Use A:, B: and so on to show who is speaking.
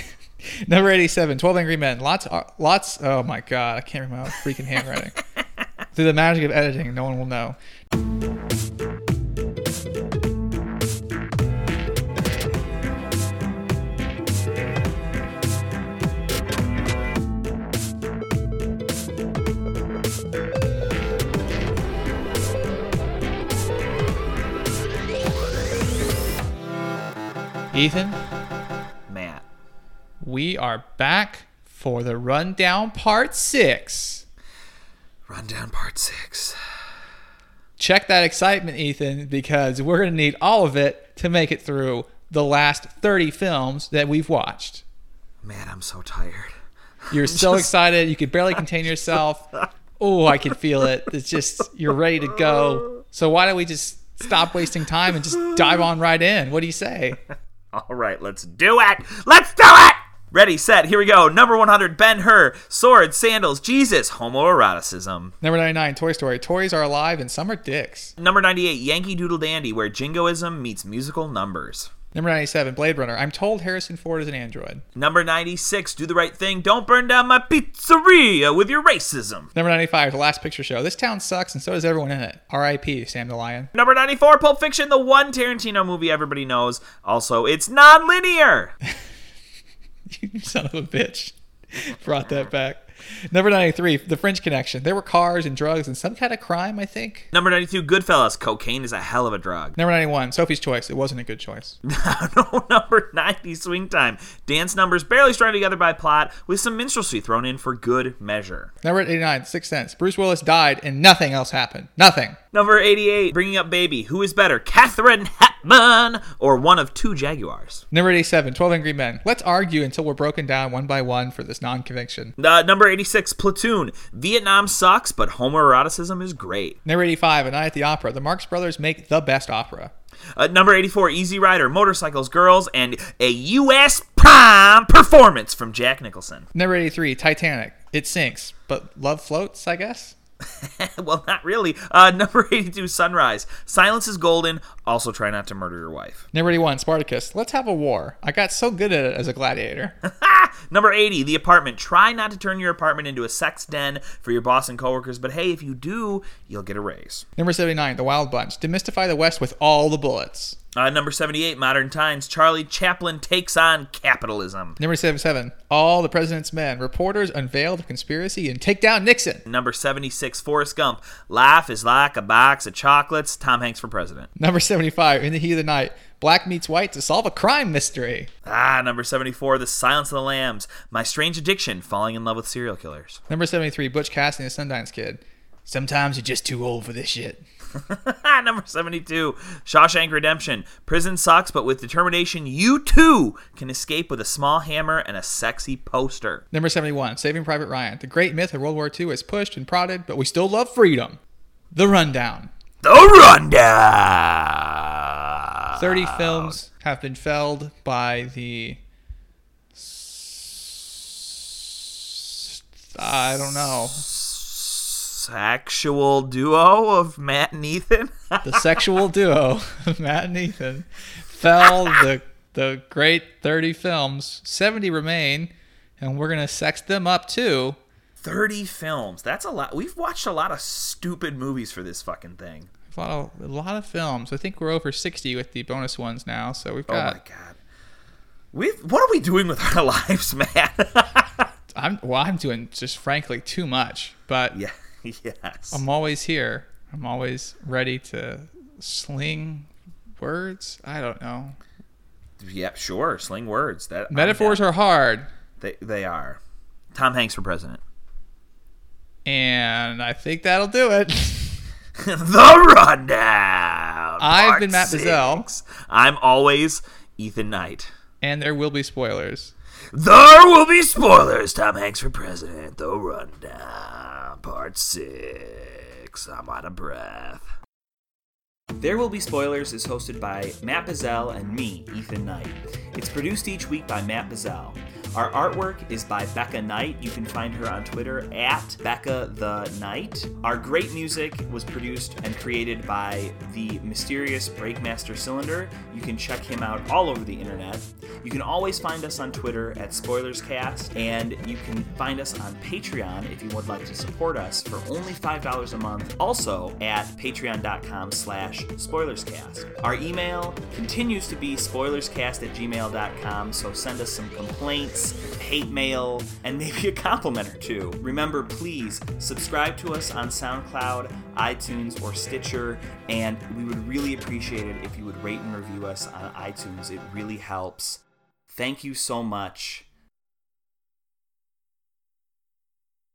A: Number 87, 12 Angry Men. Lots, lots. Oh my God, I can't read my own freaking handwriting. Through the magic of editing, no one will know. Ethan,
B: Matt.
A: we are back for the rundown part six.
B: Rundown part six.
A: Check that excitement, Ethan, because we're going to need all of it to make it through the last 30 films that we've watched.
B: Man, I'm so tired.
A: You're so excited. You could barely contain yourself. Oh, I can feel it. It's just, you're ready to go. So, why don't we just stop wasting time and just dive on right in? What do you say?
B: All right, let's do it. Let's do it. Ready, set, here we go. Number 100, Ben Hur, Sword, Sandals, Jesus, Homoeroticism.
A: Number 99, Toy Story. Toys are alive and some are dicks.
B: Number 98, Yankee Doodle Dandy, where jingoism meets musical numbers.
A: Number 97, Blade Runner. I'm told Harrison Ford is an android.
B: Number 96, Do the Right Thing, Don't Burn Down My Pizzeria with Your Racism.
A: Number 95, The Last Picture Show. This town sucks and so does everyone in it. R.I.P. Sam the Lion.
B: Number 94, Pulp Fiction, the one Tarantino movie everybody knows. Also, it's non-linear.
A: you son of a bitch. Brought that back. Number 93, The French Connection. There were cars and drugs and some kind of crime, I think.
B: Number 92, Goodfellas, Cocaine is a hell of a drug.
A: Number 91, Sophie's Choice. It wasn't a good choice.
B: no, number 90, Swing Time, dance numbers barely strung together by plot with some minstrelsy thrown in for good measure.
A: Number 89, Sixth Sense. Bruce Willis died and nothing else happened. Nothing.
B: Number 88, Bringing Up Baby, who is better, Catherine Hepburn or one of two Jaguars?
A: Number 87, 12 Angry Men. Let's argue until we're broken down one by one for this non conviction.
B: Uh, number 86, Platoon, Vietnam sucks, but homoeroticism is great.
A: Number 85, A Night at the Opera. The Marx Brothers make the best opera.
B: Uh, number 84, Easy Rider, Motorcycles, Girls, and a U.S. prime performance from Jack Nicholson.
A: Number 83, Titanic. It sinks, but love floats, I guess?
B: well, not really. Uh, number 82, Sunrise, Silence is Golden, also try not to murder your wife.
A: Number 81, Spartacus. Let's have a war. I got so good at it as a gladiator.
B: Number 80, The Apartment, try not to turn your apartment into a sex den for your boss and coworkers, but hey, if you do, you'll get a raise.
A: Number 79, The Wild Bunch. Demystify the West with all the bullets.
B: Uh, number 78, Modern Times, Charlie Chaplin takes on capitalism.
A: Number 77, All the President's Men. Reporters unveil the conspiracy and take down Nixon.
B: Number 76, Forrest Gump, Life is like a box of chocolates, Tom Hanks for president.
A: Number 75, In the Heat of the Night. Black meets white to solve a crime mystery.
B: Ah, number 74, The Silence of the Lambs, My Strange Addiction, Falling in Love with Serial Killers.
A: Number 73, Butch Cassidy and the Sundance Kid. Sometimes you're just too old for this shit.
B: number 72, Shawshank Redemption, Prison sucks, but with determination, you too can escape with a small hammer and a sexy poster.
A: Number 71, Saving Private Ryan. The great myth of World War II is pushed and prodded, but we still love freedom. The Rundown.
B: The Rundown!
A: 30 films have been felled by the. s- I don't know.
B: Sexual duo of Matt and Ethan?
A: The sexual duo, Matt and Ethan, fell the, the great 30 films. 70 remain, and we're going to sex them up too.
B: 30 films. That's a lot. We've watched a lot of stupid movies for this fucking thing.
A: A lot, of, a lot of films. I think we're over 60 with the bonus ones now, so we've
B: Oh my
A: got.
B: god. We've, what are we doing with our lives, Matt?
A: I'm well. I'm doing just frankly too much, but
B: yeah. Yes.
A: I'm always here. I'm always ready to sling words. I don't know.
B: Yep, sure. Sling words. That I'm
A: Metaphors are hard,
B: They they are. Tom Hanks for president.
A: and I think that'll do it.
B: the rundown.
A: I've
B: Part
A: been Matt
B: six.
A: Bazell.
B: I'm always Ethan Knight.
A: and there will be spoilers.
B: There will be spoilers. Tom Hanks for president. The rundown. Part six. I'm out of breath. There Will Be Spoilers is hosted by Matt Bazell and me, Ethan Knight. It's produced each week by Matt Bazell. Our artwork is by Becca Knight. You can find her on Twitter at Becca the Knight. Our great music was produced and created by the mysterious Breakmaster Cylinder. You can check him out all over the internet. You can always find us on Twitter at SpoilersCast, and you can find us on Patreon if you would like to support us for only $5 a month, also at patreon.com slash spoilerscast. Our email continues to be spoilerscast at gmail.com, so send us some complaints, hate mail, and maybe a compliment or two. Remember, please subscribe to us on SoundCloud, iTunes, or Stitcher, and we would really appreciate it if you would rate and review us on iTunes. It really helps. Thank you so much.